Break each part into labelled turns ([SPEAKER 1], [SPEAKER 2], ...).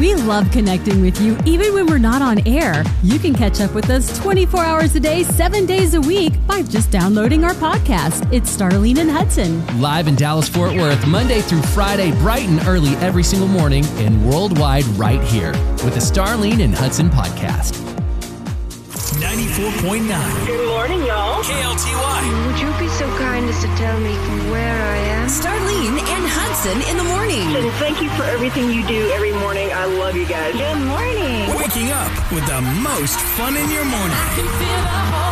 [SPEAKER 1] We love connecting with you even when we're not on air. You can catch up with us 24 hours a day, seven days a week by just downloading our podcast. It's Starlene and Hudson.
[SPEAKER 2] Live in Dallas, Fort Worth, Monday through Friday, bright and early every single morning, and worldwide right here with the Starlene and Hudson podcast.
[SPEAKER 3] 94.9
[SPEAKER 4] Good morning, y'all.
[SPEAKER 3] KLTY.
[SPEAKER 5] Would you be so kind as to tell me where I am?
[SPEAKER 6] Starlene and Hudson in the morning.
[SPEAKER 4] And thank you for everything you do every morning. I love you guys. Good morning.
[SPEAKER 3] Waking up with the most fun in your morning.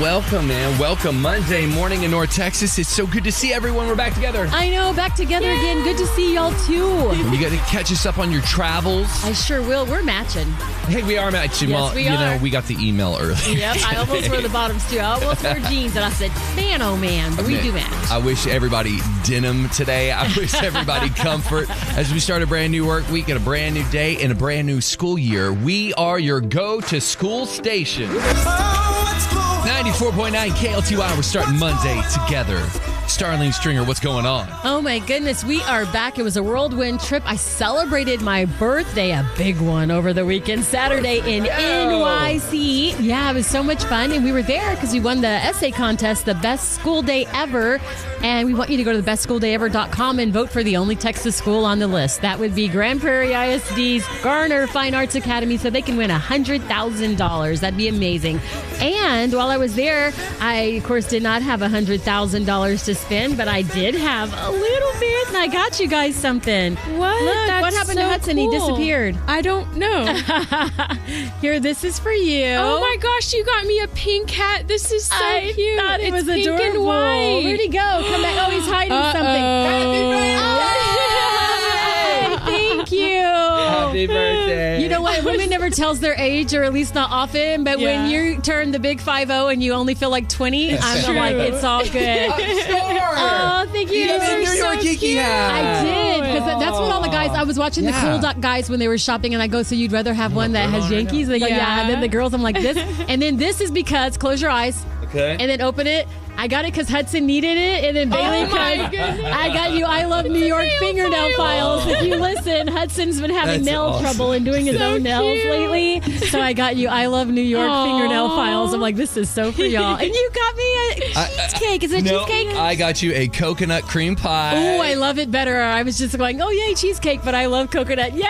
[SPEAKER 7] Welcome, man. Welcome Monday morning in North Texas. It's so good to see everyone. We're back together.
[SPEAKER 1] I know, back together again. Good to see y'all too.
[SPEAKER 7] You got to catch us up on your travels.
[SPEAKER 1] I sure will. We're matching.
[SPEAKER 7] Hey, we are matching.
[SPEAKER 1] Yes,
[SPEAKER 7] well,
[SPEAKER 1] we
[SPEAKER 7] you
[SPEAKER 1] are.
[SPEAKER 7] know, we got the email early.
[SPEAKER 1] Yep, I almost wore the bottoms too. I almost wore jeans, and I said, "Man, oh man, but we do match."
[SPEAKER 7] I wish everybody denim today. I wish everybody comfort as we start a brand new work week and a brand new day and a brand new school year. We are your go to school station. 94.9 KLTY. We're starting Monday together. Starling Stringer, what's going on?
[SPEAKER 1] Oh my goodness, we are back. It was a whirlwind trip. I celebrated my birthday, a big one, over the weekend, Saturday in NYC. E. Yeah, it was so much fun, and we were there because we won the essay contest, the best school day ever. And we want you to go to the bestschooldayever.com and vote for the only Texas school on the list. That would be Grand Prairie ISD's Garner Fine Arts Academy, so they can win $100,000. That'd be amazing. And while I was there, I, of course, did not have $100,000 to spend, but I did have a little bit, and I got you guys something.
[SPEAKER 8] What?
[SPEAKER 1] Look,
[SPEAKER 8] That's
[SPEAKER 1] what happened to
[SPEAKER 8] so
[SPEAKER 1] Hudson? He
[SPEAKER 8] cool.
[SPEAKER 1] disappeared.
[SPEAKER 8] I don't know.
[SPEAKER 1] Here, this is for you.
[SPEAKER 8] oh my gosh, you got me a pink hat. This is so
[SPEAKER 1] I
[SPEAKER 8] cute.
[SPEAKER 1] thought it
[SPEAKER 8] it's
[SPEAKER 1] was
[SPEAKER 8] pink
[SPEAKER 1] adorable.
[SPEAKER 8] and white.
[SPEAKER 1] Where'd he go? Come back. Oh, he's hiding
[SPEAKER 8] Uh-oh.
[SPEAKER 1] something.
[SPEAKER 8] Happy
[SPEAKER 1] birthday! Thank you.
[SPEAKER 7] birthday.
[SPEAKER 1] Oh, You know what? Women never tells their age, or at least not often. But when
[SPEAKER 8] Yeah.
[SPEAKER 1] you turn the big five zero and you only feel like twenty, I'm
[SPEAKER 7] true.
[SPEAKER 1] like, it's all good. oh, thank you.
[SPEAKER 7] Yes,
[SPEAKER 1] You're
[SPEAKER 7] New
[SPEAKER 1] so
[SPEAKER 7] York Geeky hat.
[SPEAKER 1] I did because that's what all the guys. I was watching the
[SPEAKER 7] Yeah.
[SPEAKER 1] cool doc guys when they were shopping, and I go, "So you'd rather have one that has Yankees?" They go, yeah.
[SPEAKER 8] Yeah.
[SPEAKER 1] And then the girls, I'm like this, and then this is because close your eyes
[SPEAKER 7] Okay.
[SPEAKER 1] and then open it. I got it because Hudson needed it, and then Bailey.
[SPEAKER 8] my
[SPEAKER 1] kind-
[SPEAKER 8] goodness.
[SPEAKER 1] I got you. I love New York fingernail files. If you listen, Hudson's been having
[SPEAKER 7] That's
[SPEAKER 1] nail
[SPEAKER 7] awesome.
[SPEAKER 1] trouble and doing his
[SPEAKER 7] So
[SPEAKER 1] own nails
[SPEAKER 8] cute.
[SPEAKER 1] lately. So I got you. I love New York
[SPEAKER 8] Aw.
[SPEAKER 1] fingernail files. I'm like, this is so for y'all. And you got me a cheesecake. Is it
[SPEAKER 7] No,
[SPEAKER 1] cheesecake?
[SPEAKER 7] I got you a coconut cream pie.
[SPEAKER 1] Oh, I love it better. I was just going, oh, yay, cheesecake, but I love coconut. Yay!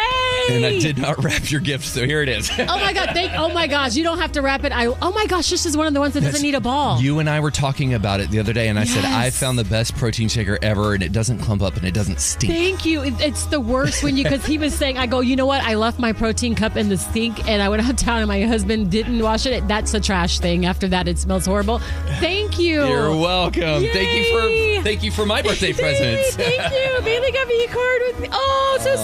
[SPEAKER 7] And I did not wrap your gift, so here it is.
[SPEAKER 1] Oh my god! Thank. Oh my gosh! You don't have to wrap it. I. Oh my gosh! This is one of the ones that doesn't need a ball.
[SPEAKER 7] You and I were talking about it the other day, and I said,
[SPEAKER 1] Yes.
[SPEAKER 7] I found the best protein shaker ever, and it doesn't clump up and it doesn't stink.
[SPEAKER 1] Thank you. It- It's the worst when you because he was saying, I go, you know what? I left my protein cup in the sink, and I went out town, and my husband didn't wash it. That's a trash thing. After that, it smells horrible. Thank you.
[SPEAKER 7] You're welcome. Thank you
[SPEAKER 1] Yay.
[SPEAKER 7] for thank you for my birthday presents.
[SPEAKER 1] Thank you. Bailey got me a card with me. Oh, so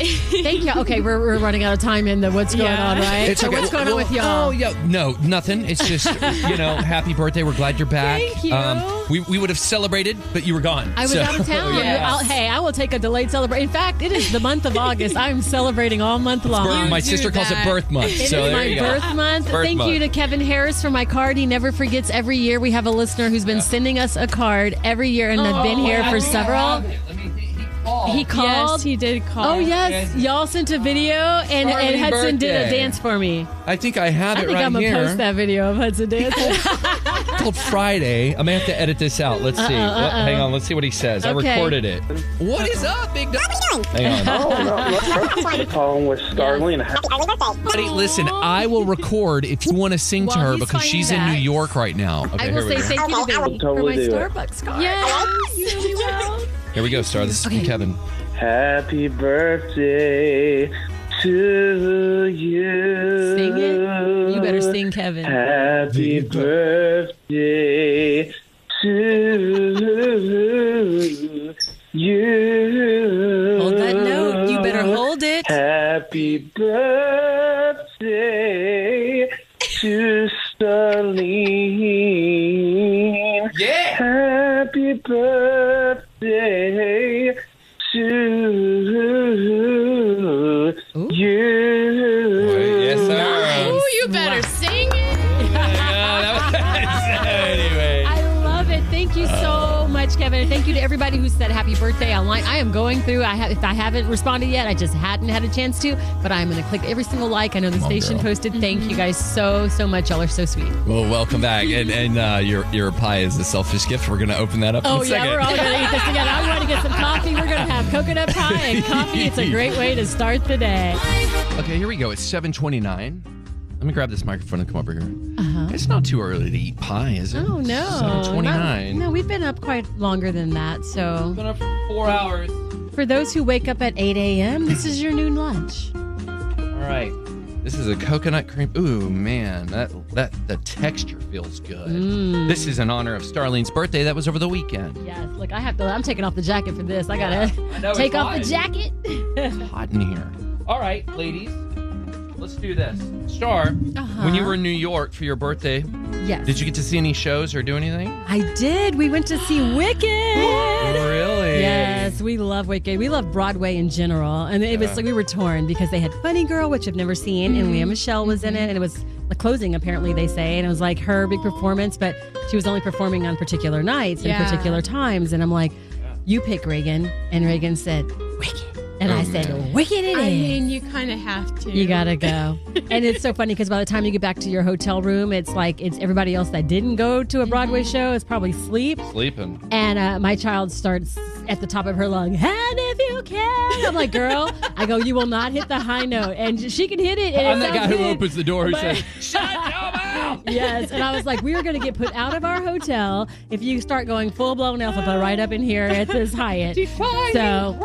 [SPEAKER 1] sweet. Thank you. Okay, we're, we're running out of time in the what's going
[SPEAKER 8] Yeah.
[SPEAKER 1] on, right?
[SPEAKER 7] It's
[SPEAKER 1] So
[SPEAKER 7] okay.
[SPEAKER 1] What's going
[SPEAKER 7] Well,
[SPEAKER 1] on with y'all?
[SPEAKER 7] Oh, yeah. No, nothing. It's just, you know, happy birthday. We're glad you're back. Um,
[SPEAKER 1] Thank you.
[SPEAKER 7] we, we would have celebrated, but you were gone.
[SPEAKER 1] I was
[SPEAKER 7] So,
[SPEAKER 1] out of town.
[SPEAKER 7] yeah.
[SPEAKER 1] I'll- hey, I will take a delayed celebration. In fact, it is the month of August. I'm celebrating all month long.
[SPEAKER 7] Birth- my
[SPEAKER 8] do
[SPEAKER 7] sister calls it
[SPEAKER 8] that.
[SPEAKER 7] birth month.
[SPEAKER 1] It is
[SPEAKER 7] so there
[SPEAKER 1] my
[SPEAKER 7] you go.
[SPEAKER 1] birth month.
[SPEAKER 7] Birth
[SPEAKER 1] Thank you
[SPEAKER 7] month.
[SPEAKER 1] to Kevin Harris for my card. He never forgets every year. We have a listener who's been sending us a card every year, and I've been here for several. He called.
[SPEAKER 8] Oh, Yes, he did call.
[SPEAKER 1] Oh yes, y'all sent a video, and, and
[SPEAKER 7] Charlie
[SPEAKER 1] Hudson did a
[SPEAKER 7] birthday.
[SPEAKER 1] dance for me.
[SPEAKER 7] I think I have
[SPEAKER 1] I
[SPEAKER 7] it
[SPEAKER 1] think
[SPEAKER 7] right
[SPEAKER 1] I'm gonna
[SPEAKER 7] here.
[SPEAKER 1] post that video of Hudson dancing.
[SPEAKER 7] called Friday. I'm gonna have to edit this out. Let's see. What- hang on. Let's see what he says. I
[SPEAKER 1] Uh-uh, Okay.
[SPEAKER 7] recorded it. What is up, big dog? Hang on.
[SPEAKER 9] Oh, no. Let's not call him with Starlene.
[SPEAKER 7] Buddy, listen, I will record if you want to sing
[SPEAKER 1] While
[SPEAKER 7] to her
[SPEAKER 1] he's
[SPEAKER 7] because
[SPEAKER 1] finding
[SPEAKER 7] she's in
[SPEAKER 1] that,
[SPEAKER 7] New York right now. Okay,
[SPEAKER 1] I
[SPEAKER 7] here
[SPEAKER 1] will
[SPEAKER 7] we
[SPEAKER 1] say
[SPEAKER 7] go.
[SPEAKER 1] thank you to
[SPEAKER 9] I
[SPEAKER 1] Bailey
[SPEAKER 9] would totally
[SPEAKER 1] for
[SPEAKER 9] do
[SPEAKER 1] my
[SPEAKER 9] it.
[SPEAKER 1] Starbucks card.
[SPEAKER 8] Yes, you really will.
[SPEAKER 7] Here we go, Star. This is from Kevin.
[SPEAKER 9] Happy birthday to you.
[SPEAKER 1] Sing it. You better sing, Kevin.
[SPEAKER 9] Happy birthday to you.
[SPEAKER 1] Hold that note. You better
[SPEAKER 8] Hold it.
[SPEAKER 9] Happy birthday to Starlene.
[SPEAKER 7] Yeah.
[SPEAKER 9] Happy birthday to you.
[SPEAKER 7] Yes, sir.
[SPEAKER 8] Oh, you better sing it.
[SPEAKER 7] Yeah, that was- Oh. anyway.
[SPEAKER 1] I love it. Thank you so much, Kevin. And Thank you to everybody who said happy birthday online. I am going through. I have if I haven't responded yet, I just hadn't had a chance to. But I'm going to click every single like. I know the
[SPEAKER 7] on,
[SPEAKER 1] station
[SPEAKER 7] girl. Mm-hmm.
[SPEAKER 1] posted. Thank you guys so so much. Y'all are so sweet.
[SPEAKER 7] Well, welcome back. And, and uh, your your pie is a selfish gift. We're going to open that up in
[SPEAKER 1] Oh
[SPEAKER 7] a
[SPEAKER 1] yeah,
[SPEAKER 7] second.
[SPEAKER 1] we're all going to eat this together. I'm going to get some coffee. We're going to have coconut pie and coffee. It's a great way to start the day.
[SPEAKER 7] okay, here we go. It's 729. Let me grab this microphone and come over here. It's not too early to eat pie, is it?
[SPEAKER 1] Uh-huh. Oh no,
[SPEAKER 7] 729.
[SPEAKER 1] No, we've been up quite longer than that. So
[SPEAKER 7] Been up for four hours.
[SPEAKER 1] for those who wake up at 8 a.m., this is your noon lunch.
[SPEAKER 7] All right. This is a coconut cream. Ooh man, that that the texture feels good.
[SPEAKER 1] Mm.
[SPEAKER 7] This is in honor of Starlene's birthday. That was over the weekend.
[SPEAKER 1] Yes, look, I have to. I'm taking off the jacket for this. I gotta take off the jacket.
[SPEAKER 7] Hot in here. All right, ladies, let's do this. Star,
[SPEAKER 1] Uh-huh.
[SPEAKER 7] when you were in New York for your birthday,
[SPEAKER 1] Yes,
[SPEAKER 7] did you get to see any shows or do anything?
[SPEAKER 1] I did. We went to see Wicked.
[SPEAKER 7] Really?
[SPEAKER 1] Yes, we love Wicked. We love Broadway in general. And it was like we were torn because they had Funny Girl, which I've never seen, and
[SPEAKER 8] Mm-hmm.
[SPEAKER 1] Leah Michelle was in it, and it was the closing apparently they say, and it was like her big performance, but she was only performing on particular nights
[SPEAKER 8] Yeah.
[SPEAKER 1] and particular times, and I'm like, you pick Reagan, and Reagan said Wicked, and I said Wicked it is.
[SPEAKER 8] Oh, I mean, you kind of have to.
[SPEAKER 1] You gotta go. and it's so funny because by the time you get back to your hotel room, it's like it's everybody else that didn't go to a Broadway
[SPEAKER 8] Mm-hmm.
[SPEAKER 1] show is probably asleep.
[SPEAKER 7] Sleeping.
[SPEAKER 1] And uh, my child starts at the top of her lung, and if you can. I'm like, girl, I go, you will not hit the high note. And she can hit it. And
[SPEAKER 7] I'm
[SPEAKER 1] it
[SPEAKER 7] that guy
[SPEAKER 1] sounds
[SPEAKER 7] who
[SPEAKER 1] good.
[SPEAKER 7] opens the door who
[SPEAKER 1] But-
[SPEAKER 7] says, "Shut your mouth."
[SPEAKER 1] Yes. And I was like, we are going to get put out of our hotel if you start going full blown alphabet right up in here at this Hyatt. so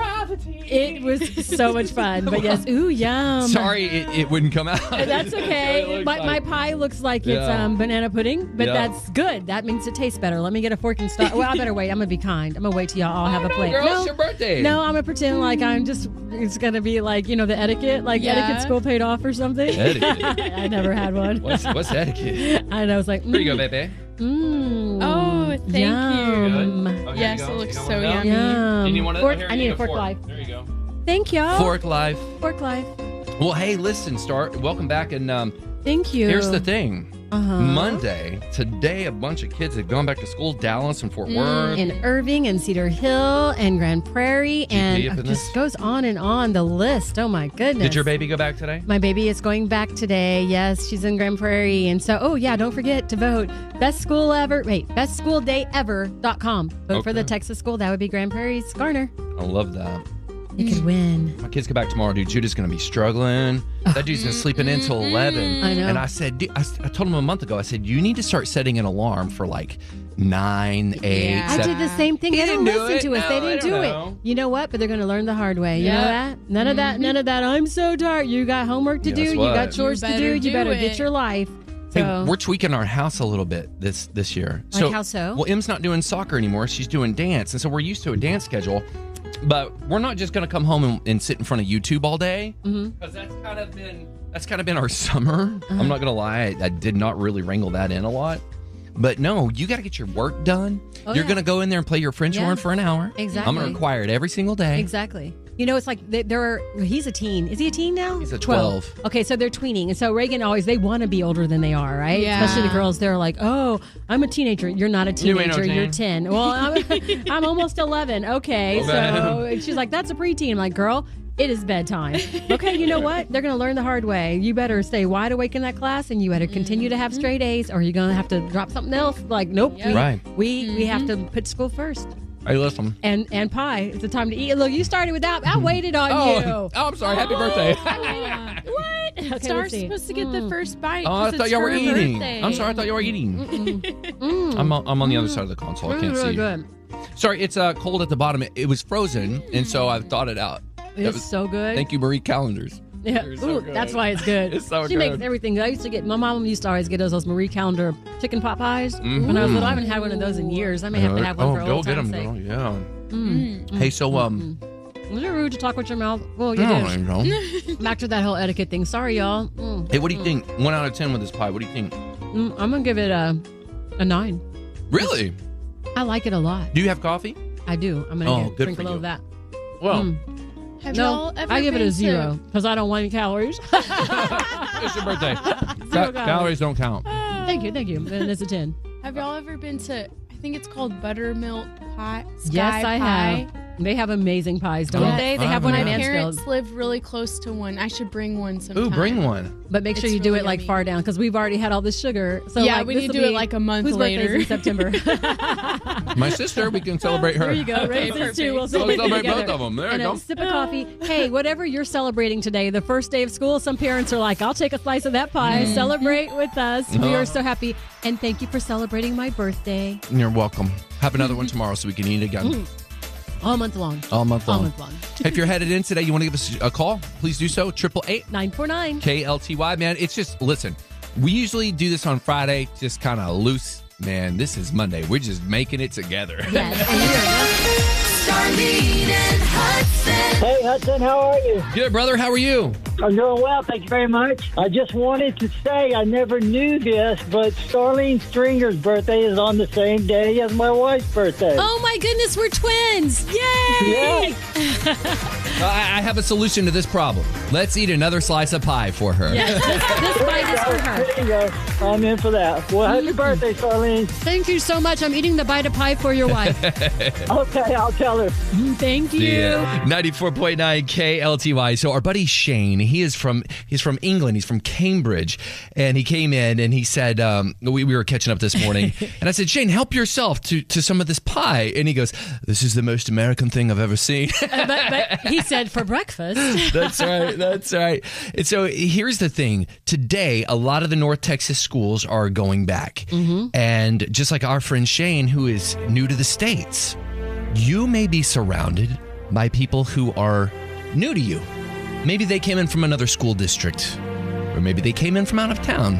[SPEAKER 1] it was so much fun. But yes, ooh, yum.
[SPEAKER 7] Sorry, it, it wouldn't come out.
[SPEAKER 1] Oh, That's okay. My, my pie looks like it's
[SPEAKER 7] Yeah.
[SPEAKER 1] um, banana pudding, but
[SPEAKER 7] Yeah.
[SPEAKER 1] that's good. That means it tastes better. Let me get a fork and stop. Well, I better wait. I'm gonna be kind. I'm gonna wait till y'all all have a plate.
[SPEAKER 7] girl, it's your birthday.
[SPEAKER 1] No, I'm gonna pretend like I'm just. It's gonna be like you know the etiquette, like
[SPEAKER 8] Yeah.
[SPEAKER 1] etiquette school paid off or something.
[SPEAKER 7] Etiquette.
[SPEAKER 1] I never had one.
[SPEAKER 7] What's, what's etiquette?
[SPEAKER 1] And I was like,
[SPEAKER 7] Here you go,
[SPEAKER 1] mm,
[SPEAKER 7] baby.
[SPEAKER 1] mm,
[SPEAKER 8] Oh, thank
[SPEAKER 1] yum.
[SPEAKER 7] Good. Okay,
[SPEAKER 8] Yes,
[SPEAKER 7] you
[SPEAKER 8] it
[SPEAKER 7] go.
[SPEAKER 8] looks
[SPEAKER 7] You got
[SPEAKER 8] so
[SPEAKER 7] one now?
[SPEAKER 8] yummy.
[SPEAKER 1] Yum.
[SPEAKER 7] Do you need one of-
[SPEAKER 1] Fork-
[SPEAKER 7] here,
[SPEAKER 1] I
[SPEAKER 7] you
[SPEAKER 1] need a
[SPEAKER 7] a
[SPEAKER 1] fork life.
[SPEAKER 7] There you go.
[SPEAKER 1] Thank y'all.
[SPEAKER 7] Fork life.
[SPEAKER 1] Fork life.
[SPEAKER 7] Well, hey, listen, Star. Welcome back. And um,
[SPEAKER 1] Thank you.
[SPEAKER 7] here's the thing.
[SPEAKER 1] Uh-huh.
[SPEAKER 7] Monday, today, a bunch of kids have gone back to school. Dallas and Fort
[SPEAKER 1] Mm,
[SPEAKER 7] Worth.
[SPEAKER 1] in Irving and Cedar Hill and Grand Prairie and
[SPEAKER 7] up
[SPEAKER 1] it
[SPEAKER 7] in
[SPEAKER 1] just
[SPEAKER 7] this?
[SPEAKER 1] goes on and on the list. Oh my goodness.
[SPEAKER 7] Did your baby go back today?
[SPEAKER 1] My baby is going back today. Yes, she's in Grand Prairie. And so, oh yeah, don't forget to vote. Best school ever. Wait, best school day ever.com. Vote for the
[SPEAKER 7] Okay.
[SPEAKER 1] Texas school. That would be Grand Prairie's Garner.
[SPEAKER 7] I love that. Mm.
[SPEAKER 1] You could win.
[SPEAKER 7] My kids go back tomorrow, dude. Judah's gonna be struggling. That dude's been sleeping in till eleven.
[SPEAKER 1] Mm-hmm. I know.
[SPEAKER 7] And I said, dude, I, s- I told him a month ago. I said, you need to start setting an alarm for like nine, eight.
[SPEAKER 8] Yeah.
[SPEAKER 1] I did
[SPEAKER 7] seven."
[SPEAKER 1] the same thing.
[SPEAKER 7] He
[SPEAKER 1] They didn't
[SPEAKER 7] didn't do
[SPEAKER 1] listen
[SPEAKER 7] it.
[SPEAKER 1] to us.
[SPEAKER 7] No,
[SPEAKER 1] they
[SPEAKER 7] they
[SPEAKER 1] didn't
[SPEAKER 7] don't
[SPEAKER 1] do it.
[SPEAKER 7] know.
[SPEAKER 1] You know what? But they're going to learn the hard way. You know
[SPEAKER 8] Yeah.
[SPEAKER 1] that? None of that. None of that. I'm so tired. You got homework to
[SPEAKER 7] Guess
[SPEAKER 1] do. You
[SPEAKER 7] what?
[SPEAKER 1] got chores
[SPEAKER 8] You
[SPEAKER 1] to
[SPEAKER 8] better
[SPEAKER 1] do. You
[SPEAKER 8] do
[SPEAKER 1] better
[SPEAKER 8] it.
[SPEAKER 1] get your life.
[SPEAKER 7] Hey,
[SPEAKER 1] So-
[SPEAKER 7] we're tweaking our house a little bit this this year.
[SPEAKER 1] Like how so?
[SPEAKER 7] Well, Em's not doing soccer anymore. She's doing dance, and so we're used to a dance schedule. But we're not just gonna come home and, and sit in front of YouTube all day because
[SPEAKER 1] Mm-hmm.
[SPEAKER 7] that's kind of been that's kind of been our summer.
[SPEAKER 1] Uh-huh.
[SPEAKER 7] I'm not gonna lie, I, I did not really wrangle that in a lot. But no, you got to get your work done.
[SPEAKER 1] Oh,
[SPEAKER 7] You're
[SPEAKER 1] yeah.
[SPEAKER 7] gonna go in there and play your French
[SPEAKER 1] Yeah.
[SPEAKER 7] horn for an hour. I'm
[SPEAKER 1] Exactly.
[SPEAKER 7] gonna require it every single day.
[SPEAKER 1] Exactly. You know, it's like they- there are. He's a teen. Is he a teen now?
[SPEAKER 7] He's a 12.
[SPEAKER 1] Okay, so they're tweening, and so Reagan always they want to be older than they are, right?
[SPEAKER 8] Yeah.
[SPEAKER 1] Especially the girls. They're like, "Oh, I'm a teenager. You're not a
[SPEAKER 7] You ain't no
[SPEAKER 1] teenager. You are ten. Well, I'm, I'm almost eleven. Okay, so and she's like, "That's a preteen." I'm like, "Girl." It is bedtime. Okay, you know what? They're going to learn the hard way. You better stay wide awake in that class, and you better continue to have
[SPEAKER 7] Mm-hmm.
[SPEAKER 1] straight A's, or you're going to have to drop something else. Like, nope, we,
[SPEAKER 7] Right.
[SPEAKER 1] we we have
[SPEAKER 7] Mm-hmm.
[SPEAKER 1] to put school first
[SPEAKER 7] Hey, listen.
[SPEAKER 1] and and pie. It's the time to eat. Look, you started without. I waited on
[SPEAKER 7] Mm-hmm. Oh,
[SPEAKER 1] you.
[SPEAKER 7] oh, I'm sorry. Happy birthday.
[SPEAKER 8] Yeah. what?
[SPEAKER 1] let's
[SPEAKER 8] Star's
[SPEAKER 1] see. Hmm.
[SPEAKER 8] supposed to get the first bite.
[SPEAKER 7] Oh, I
[SPEAKER 8] 'cause
[SPEAKER 7] thought
[SPEAKER 8] it's
[SPEAKER 7] y'all were
[SPEAKER 8] her
[SPEAKER 7] eating.
[SPEAKER 8] birthday.
[SPEAKER 7] I'm sorry, I thought y'all were eating. I'm, on, I'm on the other side of the console.
[SPEAKER 1] Oh,
[SPEAKER 7] I can't see. Sorry, it's uh, cold at the bottom. It, it was frozen, and so I thought it out. That
[SPEAKER 1] It's
[SPEAKER 7] was-
[SPEAKER 1] Mm. so good.
[SPEAKER 7] Thank you, Marie Calendars.
[SPEAKER 1] Yeah.
[SPEAKER 7] You're so
[SPEAKER 1] Ooh,
[SPEAKER 7] good.
[SPEAKER 1] that's why it's good.
[SPEAKER 7] It's so
[SPEAKER 1] she makes
[SPEAKER 7] good.
[SPEAKER 1] everything. good. I used to get my mom used to always get us those Marie Calendar chicken pot pies when I was little. I haven't had one of those in years. I may have to have one
[SPEAKER 7] Mm-hmm. oh,
[SPEAKER 1] for
[SPEAKER 7] go
[SPEAKER 1] old
[SPEAKER 7] get
[SPEAKER 1] time's
[SPEAKER 7] them,
[SPEAKER 1] sake.
[SPEAKER 7] girl. Yeah. Hey, so um,
[SPEAKER 1] Is it rude to talk with your mouth? Well, you
[SPEAKER 7] I
[SPEAKER 1] do.
[SPEAKER 7] don't know.
[SPEAKER 1] Back to that whole etiquette thing. Sorry, y'all. Mm,
[SPEAKER 7] hey, what do you think? One out of ten with this pie. What do you think?
[SPEAKER 1] mm, I'm gonna give it a a nine.
[SPEAKER 7] Really?
[SPEAKER 1] I like it a lot.
[SPEAKER 7] Do you have coffee?
[SPEAKER 1] I do. I'm gonna
[SPEAKER 7] Oh,
[SPEAKER 1] get-
[SPEAKER 7] good
[SPEAKER 1] drink
[SPEAKER 7] for
[SPEAKER 1] a
[SPEAKER 7] you.
[SPEAKER 1] little of that.
[SPEAKER 7] Well,
[SPEAKER 1] Mm.
[SPEAKER 8] Have
[SPEAKER 1] No,
[SPEAKER 8] y'all ever
[SPEAKER 1] I give it
[SPEAKER 8] been
[SPEAKER 1] a
[SPEAKER 8] to-
[SPEAKER 1] zero because I don't want any calories.
[SPEAKER 7] it's your birthday. Ca-
[SPEAKER 1] calories.
[SPEAKER 7] calories don't count.
[SPEAKER 1] Thank you, thank you. And it's a 10.
[SPEAKER 8] Have Oh. y'all ever been to? I think it's called buttermilk pie. Sky
[SPEAKER 1] yes, I
[SPEAKER 8] pie.
[SPEAKER 1] have. They have amazing pies, don't
[SPEAKER 7] Yes.
[SPEAKER 1] they? They
[SPEAKER 7] I
[SPEAKER 1] have one in
[SPEAKER 7] haven't
[SPEAKER 8] My
[SPEAKER 7] had
[SPEAKER 1] Mansfield.
[SPEAKER 8] parents live really close to one. I should bring one sometime.
[SPEAKER 7] Ooh, bring one.
[SPEAKER 1] But make sure
[SPEAKER 8] It's
[SPEAKER 1] you do
[SPEAKER 8] really
[SPEAKER 1] it like
[SPEAKER 8] yummy.
[SPEAKER 1] far down because we've already had all the sugar. So
[SPEAKER 8] Yeah,
[SPEAKER 1] like,
[SPEAKER 8] we need to
[SPEAKER 1] this'll
[SPEAKER 8] do it
[SPEAKER 1] be-
[SPEAKER 8] like a month
[SPEAKER 1] whose birthday's
[SPEAKER 8] later.
[SPEAKER 1] in September.
[SPEAKER 7] My sister, we can celebrate her.
[SPEAKER 1] There you go. Right,
[SPEAKER 8] perfect.
[SPEAKER 1] too. We'll
[SPEAKER 7] So
[SPEAKER 1] celebrate
[SPEAKER 7] we celebrate
[SPEAKER 1] together.
[SPEAKER 7] both of 'em. There you
[SPEAKER 1] and
[SPEAKER 7] go.
[SPEAKER 1] A sip of coffee. Hey, whatever you're celebrating today, the first day of school, some parents are like, "I'll take a slice of that pie.
[SPEAKER 7] Mm.
[SPEAKER 1] Celebrate with us. We are so happy, and thank you for celebrating my birthday
[SPEAKER 7] You're welcome. Have another one tomorrow so we can eat again
[SPEAKER 1] all month long.
[SPEAKER 7] all month
[SPEAKER 1] Mm. All
[SPEAKER 7] long.
[SPEAKER 1] month long.
[SPEAKER 7] if you're headed in today, you want to give us a call, please do so. Triple eight
[SPEAKER 1] Nine four nine.
[SPEAKER 7] KLTY, man. It's just listen. We usually do this on Friday, just kind of loose. Man, this is Monday. We're just making it together.
[SPEAKER 1] Yes, and we are not
[SPEAKER 6] Darlene and Hudson.
[SPEAKER 9] Hey, Hudson, how are you?
[SPEAKER 7] Good brother, how are you?
[SPEAKER 9] I'm doing well. Thank you very much. I just wanted to say I never knew this, but Starlene Stringer's birthday is on the same day as my wife's birthday.
[SPEAKER 1] Oh my goodness, we're twins! Yay!
[SPEAKER 9] Yeah.
[SPEAKER 7] I, Uh, I have a solution to this problem. Let's eat another slice of pie for her.
[SPEAKER 1] Yes, this, this bite is for her.
[SPEAKER 9] There you go. I'm in for that. Well, happy birthday, Starlene.
[SPEAKER 1] Thank you so much. I'm eating the bite of pie for your wife.
[SPEAKER 9] Okay, I'll tell her.
[SPEAKER 1] Thank you.
[SPEAKER 7] Yeah. 94.9 KLTY. So our buddy Shane, he is from he's from England. He's from Cambridge. And he came in and he said, um, we, we were catching up this morning. and I said, Shane, help yourself to, to some of this pie. And he goes, This is the most American thing I've ever seen.
[SPEAKER 1] But, but he said for breakfast.
[SPEAKER 7] That's right. That's right. And so here's the thing. Today, a lot of the North Texas schools are going back. And just like our friend Shane, who is new to the States, you may be surrounded by people who are new to you. Maybe they came in from another school district, or maybe they came in from out of town.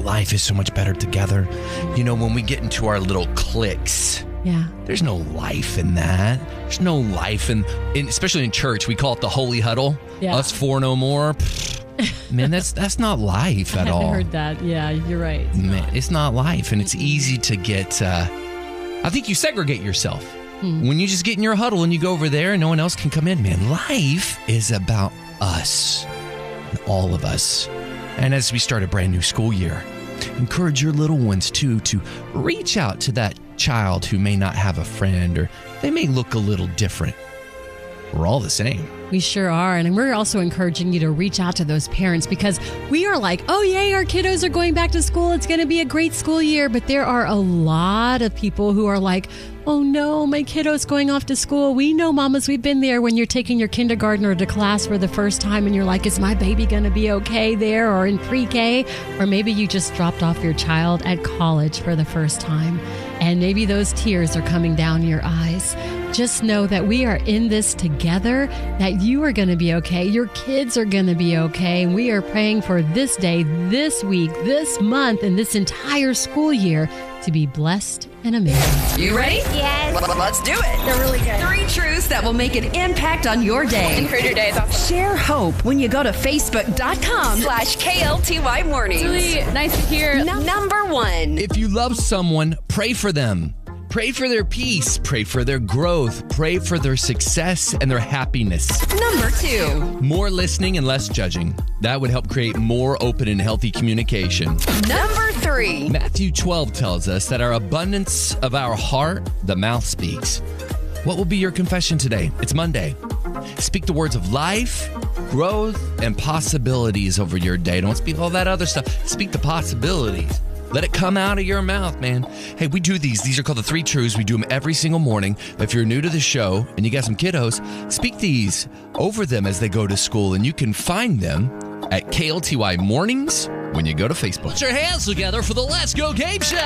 [SPEAKER 7] Life is so much better together. You know, when we get into our little cliques,
[SPEAKER 1] Yeah.
[SPEAKER 7] there's no life in that. There's no life in, in especially in church. We call it the holy huddle.
[SPEAKER 1] Yeah.
[SPEAKER 7] Us four no more. Pfft. Man, that's that's not life at
[SPEAKER 1] I
[SPEAKER 7] all.
[SPEAKER 1] heard that. Yeah, you're right.
[SPEAKER 7] Man, it's not life, and it's easy to get. Uh, I think you segregate yourself when you just get in your huddle and you go over there, and no one else can come in. Man, life is about us, and all of us. And as we start a brand new school year, encourage your little ones too to reach out to that child who may not have a friend or they may look a little different. We're all the same.
[SPEAKER 1] We sure are. And we're also encouraging you to reach out to those parents because we are like, oh, yay, our kiddos are going back to school. It's going to be a great school year. But there are a lot of people who are like, oh, no, my kiddo's going off to school. We know, mamas, we've been there when you're taking your kindergartner to class for the first time and you're like, is my baby going to be okay there or in pre K? Or maybe you just dropped off your child at college for the first time. And maybe those tears are coming down your eyes. Just know that we are in this together, that you are going to be okay. Your kids are going to be okay. And we are praying for this day, this week, this month, and this entire school year to be blessed and amazing.
[SPEAKER 6] You ready?
[SPEAKER 5] Yes.
[SPEAKER 6] Well, let's do it. They're really good. Three truths that will make an impact on your day. Improve your days off. Share hope when you go to facebook.com slash KLTY mornings.
[SPEAKER 8] Really nice to hear.
[SPEAKER 6] Num- Number one.
[SPEAKER 7] If you love someone, pray for them. Pray for their peace, pray for their growth, pray for their success and their happiness.
[SPEAKER 6] Number two.
[SPEAKER 7] More listening and less judging. That would help create more open and healthy communication.
[SPEAKER 6] Number three.
[SPEAKER 7] Matthew 12 tells us that our abundance of our heart, the mouth speaks. What will be your confession today? It's Monday. Speak the words of life, growth, and possibilities over your day. Don't speak all that other stuff. Speak the possibilities. Let it come out of your mouth, man. Hey, we do these. These are called the three truths. We do them every single morning. If you're new to the show and you got some kiddos, speak these over them as they go to school, and you can find them at KLTY Mornings when you go to Facebook. Put your hands together for the Let's Go Game Show.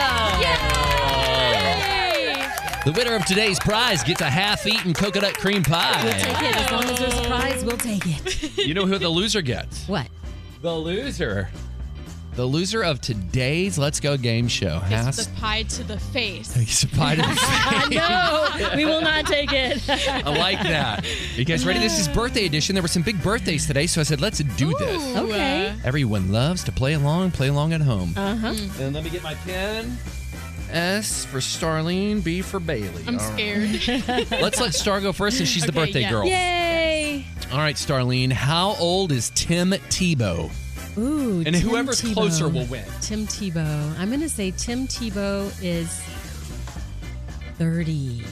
[SPEAKER 7] The winner of today's prize gets a half-eaten coconut cream pie.
[SPEAKER 1] Take it. As long as there's a prize, we'll take it.
[SPEAKER 7] You know who the loser gets?
[SPEAKER 1] What?
[SPEAKER 7] The loser. The loser of today's Let's Go Game Show
[SPEAKER 8] It's
[SPEAKER 7] has
[SPEAKER 8] the pie to the face.
[SPEAKER 7] He's a pie to the face.
[SPEAKER 1] No, we will not take it.
[SPEAKER 7] I like that. You guys ready? This is birthday edition. There were some big birthdays today, so I said, let's do this.
[SPEAKER 1] Okay.
[SPEAKER 7] Everyone loves to play along, play along at home. Uh
[SPEAKER 8] Uh-huh.
[SPEAKER 7] huh. And let me get my pen. S for Starlene, B for Bailey.
[SPEAKER 8] I'm
[SPEAKER 7] All right.
[SPEAKER 8] scared.
[SPEAKER 7] Let's let Star go first since she's the
[SPEAKER 8] Okay,
[SPEAKER 7] birthday
[SPEAKER 8] yeah.
[SPEAKER 7] girl.
[SPEAKER 1] Yay.
[SPEAKER 7] All right, Starlene, how old is Tim Tebow?
[SPEAKER 1] Ooh, Tim
[SPEAKER 7] And whoever's
[SPEAKER 1] Tebow.
[SPEAKER 7] closer will win.
[SPEAKER 1] Tim Tebow. I'm going to say Tim Tebow is 30.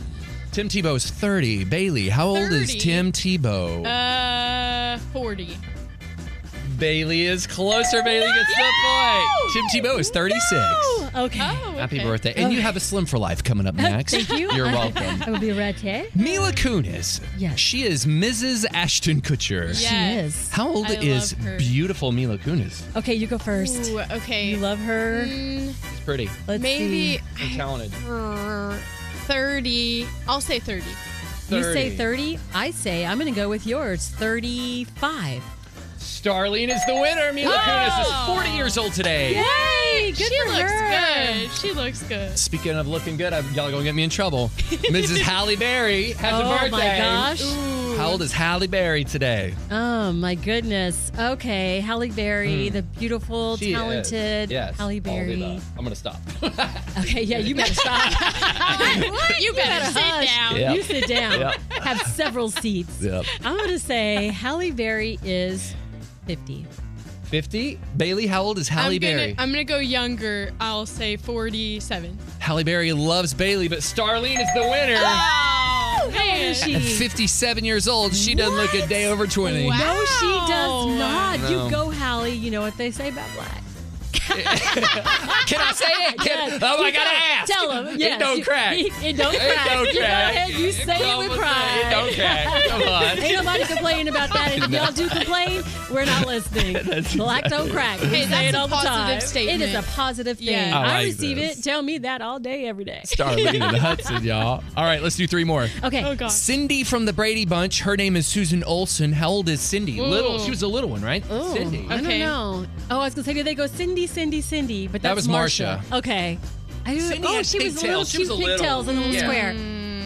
[SPEAKER 7] Tim Tebow is 30. Bailey, how old is
[SPEAKER 8] 30?
[SPEAKER 7] Tim Tebow?
[SPEAKER 8] Uh, 40.
[SPEAKER 7] Bailey is closer. Bailey gets the point. Tim Tebow is 36.
[SPEAKER 1] Okay.
[SPEAKER 8] Oh,
[SPEAKER 7] Happy
[SPEAKER 8] okay.
[SPEAKER 7] birthday. And you have a Slim for Life coming up next.
[SPEAKER 1] Thank you.
[SPEAKER 7] You're welcome.
[SPEAKER 1] I will be right here.
[SPEAKER 7] Mila Kunis.
[SPEAKER 1] Yes.
[SPEAKER 7] She is Mrs. Ashton Kutcher.
[SPEAKER 8] Yeah.
[SPEAKER 1] She
[SPEAKER 8] Yes.
[SPEAKER 1] is.
[SPEAKER 7] How old
[SPEAKER 8] I
[SPEAKER 7] is
[SPEAKER 8] love her.
[SPEAKER 7] beautiful Mila Kunis?
[SPEAKER 1] Okay, you go first.
[SPEAKER 8] Ooh, okay.
[SPEAKER 1] You love her.
[SPEAKER 8] Mm,
[SPEAKER 7] She's pretty.
[SPEAKER 1] Let's
[SPEAKER 8] maybe
[SPEAKER 1] see.
[SPEAKER 7] And talented.
[SPEAKER 8] I- 30. I'll say 30.
[SPEAKER 1] You say 30. I say I'm going to go with yours. 35.
[SPEAKER 7] Starlene is the winner.
[SPEAKER 1] Oh!
[SPEAKER 7] Mila Kunis is 40 years old today.
[SPEAKER 1] Yay! Good
[SPEAKER 8] she
[SPEAKER 1] for
[SPEAKER 8] looks
[SPEAKER 1] her.
[SPEAKER 8] good. She looks good.
[SPEAKER 7] Speaking of looking good, I'm, y'all gonna get me in trouble. Mrs. Halle Berry has a
[SPEAKER 1] Oh
[SPEAKER 7] birthday.
[SPEAKER 1] my gosh.
[SPEAKER 7] How old is Halle Berry today?
[SPEAKER 1] Oh my goodness. Okay, Halle Berry, the beautiful,
[SPEAKER 7] Hmm. She is.
[SPEAKER 1] talented
[SPEAKER 7] Yes. all
[SPEAKER 1] Halle
[SPEAKER 7] the
[SPEAKER 1] Berry.
[SPEAKER 7] above. I'm gonna stop.
[SPEAKER 1] Okay, yeah, you better stop.
[SPEAKER 8] You better sit
[SPEAKER 1] hush.
[SPEAKER 8] down.
[SPEAKER 7] Yep.
[SPEAKER 1] You sit down.
[SPEAKER 7] Yep.
[SPEAKER 1] Have several seats.
[SPEAKER 7] Yep.
[SPEAKER 1] I'm going to say Halle Berry is 50.
[SPEAKER 7] 50. Bailey, how old is Halle
[SPEAKER 8] I'm
[SPEAKER 7] Berry?
[SPEAKER 8] Gonna, I'm gonna go younger. I'll say 47.
[SPEAKER 7] Halle Berry loves Bailey, but Starlene is the winner.
[SPEAKER 1] Ah!
[SPEAKER 8] Oh,
[SPEAKER 1] How old is she?
[SPEAKER 7] At 57 years old, she doesn't look a day over 20.
[SPEAKER 1] No, Oh, she does not.
[SPEAKER 7] No.
[SPEAKER 1] You go, Halle. You know what they say about black.
[SPEAKER 7] Can I say it? Can,
[SPEAKER 1] Yes.
[SPEAKER 7] Oh, I
[SPEAKER 1] You
[SPEAKER 7] gotta
[SPEAKER 1] tell-
[SPEAKER 7] ask.
[SPEAKER 1] Tell him. Yes.
[SPEAKER 7] It don't
[SPEAKER 1] you-
[SPEAKER 7] crack.
[SPEAKER 1] It, it don't
[SPEAKER 7] It
[SPEAKER 1] crack.
[SPEAKER 7] don't
[SPEAKER 1] You go
[SPEAKER 7] crack.
[SPEAKER 1] ahead, You say it
[SPEAKER 7] Come
[SPEAKER 1] with
[SPEAKER 7] on,
[SPEAKER 1] pride.
[SPEAKER 7] It don't crack. Come on.
[SPEAKER 1] Ain't nobody complaining about that. And if y'all do complain, we're not listening. Black don't crack. We
[SPEAKER 8] Hey,
[SPEAKER 1] say
[SPEAKER 8] that's
[SPEAKER 1] it
[SPEAKER 8] a
[SPEAKER 1] all the
[SPEAKER 8] positive
[SPEAKER 1] time.
[SPEAKER 8] statement.
[SPEAKER 1] It is a positive thing.
[SPEAKER 8] Yeah.
[SPEAKER 7] I
[SPEAKER 1] I,
[SPEAKER 7] like
[SPEAKER 1] receive
[SPEAKER 7] this.
[SPEAKER 1] it. Tell me that all day, every day.
[SPEAKER 7] Starlene and Hudson, y'all. All right, let's do three more.
[SPEAKER 1] Okay.
[SPEAKER 8] Oh gosh.
[SPEAKER 7] Cindy from the Brady Bunch. Her name is Susan Olson. How old is Cindy?
[SPEAKER 8] Ooh.
[SPEAKER 7] Little. She was a little one, right?
[SPEAKER 1] Ooh,
[SPEAKER 7] Cindy.
[SPEAKER 1] I don't
[SPEAKER 8] Okay.
[SPEAKER 1] know. Oh, I was gonna say, do they go Cindy, Cindy, Cindy? But
[SPEAKER 7] That
[SPEAKER 1] that's
[SPEAKER 7] was
[SPEAKER 1] Marsha.
[SPEAKER 7] Marsha.
[SPEAKER 1] Okay. I do.
[SPEAKER 7] Cindy
[SPEAKER 1] oh,
[SPEAKER 7] has
[SPEAKER 1] she was little
[SPEAKER 7] pigtails. She was
[SPEAKER 1] cute
[SPEAKER 7] a little.
[SPEAKER 1] pigtails and a little
[SPEAKER 7] Yeah.
[SPEAKER 1] square.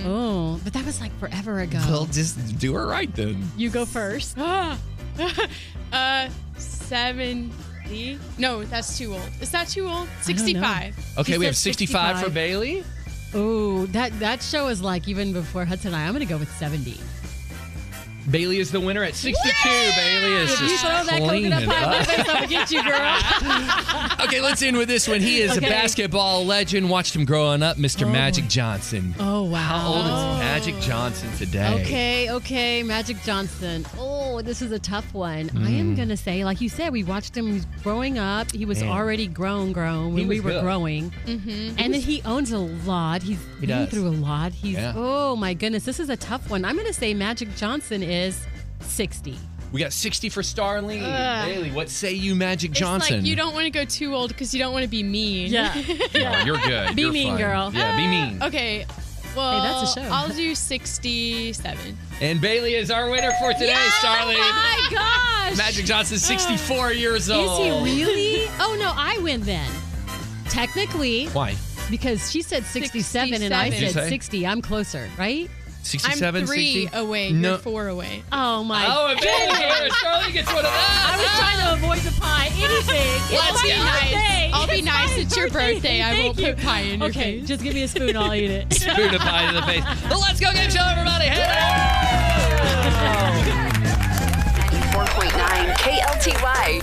[SPEAKER 1] Oh, but that was like forever ago.
[SPEAKER 7] Well, just do her right then.
[SPEAKER 1] you go first.
[SPEAKER 8] Ah. uh, 70. No, that's too old. Is that too old? 65.
[SPEAKER 7] Okay,
[SPEAKER 1] She
[SPEAKER 7] we
[SPEAKER 1] said
[SPEAKER 7] have 65,
[SPEAKER 1] 65.
[SPEAKER 7] for Bailey.
[SPEAKER 1] Oh, that that show is like even before Hudson and I. I'm gonna go with 70.
[SPEAKER 7] Bailey is the winner at 62. Bailey is
[SPEAKER 1] If you
[SPEAKER 7] just
[SPEAKER 1] throw that
[SPEAKER 7] cleaning
[SPEAKER 1] coconut pie in my
[SPEAKER 7] up.
[SPEAKER 1] face, I'll get you, girl.
[SPEAKER 7] Okay, let's end with this one. He is
[SPEAKER 1] Okay.
[SPEAKER 7] a basketball legend. Watched him growing up, Mr.
[SPEAKER 1] Oh,
[SPEAKER 7] Magic
[SPEAKER 1] boy.
[SPEAKER 7] Johnson.
[SPEAKER 1] Oh wow.
[SPEAKER 7] How old is Magic Johnson today?
[SPEAKER 1] Okay, okay, Magic Johnson. Oh, this is a tough one. I
[SPEAKER 7] Mm.
[SPEAKER 1] am gonna say, like you said, we watched him he was growing up. He was
[SPEAKER 7] Man.
[SPEAKER 1] already grown, grown
[SPEAKER 7] He
[SPEAKER 1] when we
[SPEAKER 7] was
[SPEAKER 1] were
[SPEAKER 7] good.
[SPEAKER 1] growing, and then Mm-hmm. he owns a lot. He's
[SPEAKER 7] He
[SPEAKER 1] been
[SPEAKER 7] does.
[SPEAKER 1] through a lot. He's
[SPEAKER 7] Yeah.
[SPEAKER 1] oh my goodness, this is a tough one. I'm gonna say Magic Johnson is sixty.
[SPEAKER 7] We got 60 for Starling. Bailey, what say you, Magic
[SPEAKER 8] It's
[SPEAKER 7] Johnson?
[SPEAKER 8] like you don't want to go too old because you don't want to be mean.
[SPEAKER 7] No, you're good.
[SPEAKER 1] Be
[SPEAKER 7] You're
[SPEAKER 1] mean,
[SPEAKER 7] fine.
[SPEAKER 1] girl.
[SPEAKER 7] Yeah, be mean.
[SPEAKER 8] Okay. Well,
[SPEAKER 1] that's a show.
[SPEAKER 8] I'll do 67.
[SPEAKER 7] And Bailey is our winner for today,
[SPEAKER 8] Oh
[SPEAKER 7] Starling.
[SPEAKER 1] my gosh.
[SPEAKER 7] Magic Johnson, 64 years
[SPEAKER 1] Is
[SPEAKER 7] old.
[SPEAKER 1] he really? Oh no, I win then. Technically,
[SPEAKER 7] Why?
[SPEAKER 1] because she said 67, and I
[SPEAKER 8] 67. Did
[SPEAKER 7] you
[SPEAKER 1] said
[SPEAKER 7] say?
[SPEAKER 1] 60. I'm closer, right?
[SPEAKER 8] I'm
[SPEAKER 7] 67,
[SPEAKER 8] three
[SPEAKER 7] 60?
[SPEAKER 8] away.
[SPEAKER 7] No.
[SPEAKER 8] You're four away.
[SPEAKER 1] Oh my
[SPEAKER 7] Oh, and Bailey's the winner. Starling gets one of those.
[SPEAKER 1] I was trying to avoid the pie. Anything.
[SPEAKER 8] Let's be
[SPEAKER 1] It's my birthday.
[SPEAKER 8] nice. I'll be
[SPEAKER 1] It's
[SPEAKER 8] nice.
[SPEAKER 1] my
[SPEAKER 8] It's your birthday. I
[SPEAKER 1] Thank
[SPEAKER 8] won't
[SPEAKER 1] you.
[SPEAKER 8] put pie in your
[SPEAKER 1] Okay,
[SPEAKER 8] face.
[SPEAKER 1] just give me a spoon. I'll eat it.
[SPEAKER 7] Spoon of pie to the face. The Let's Go Game Show, everybody. Hey!
[SPEAKER 6] 94.9 KLTY.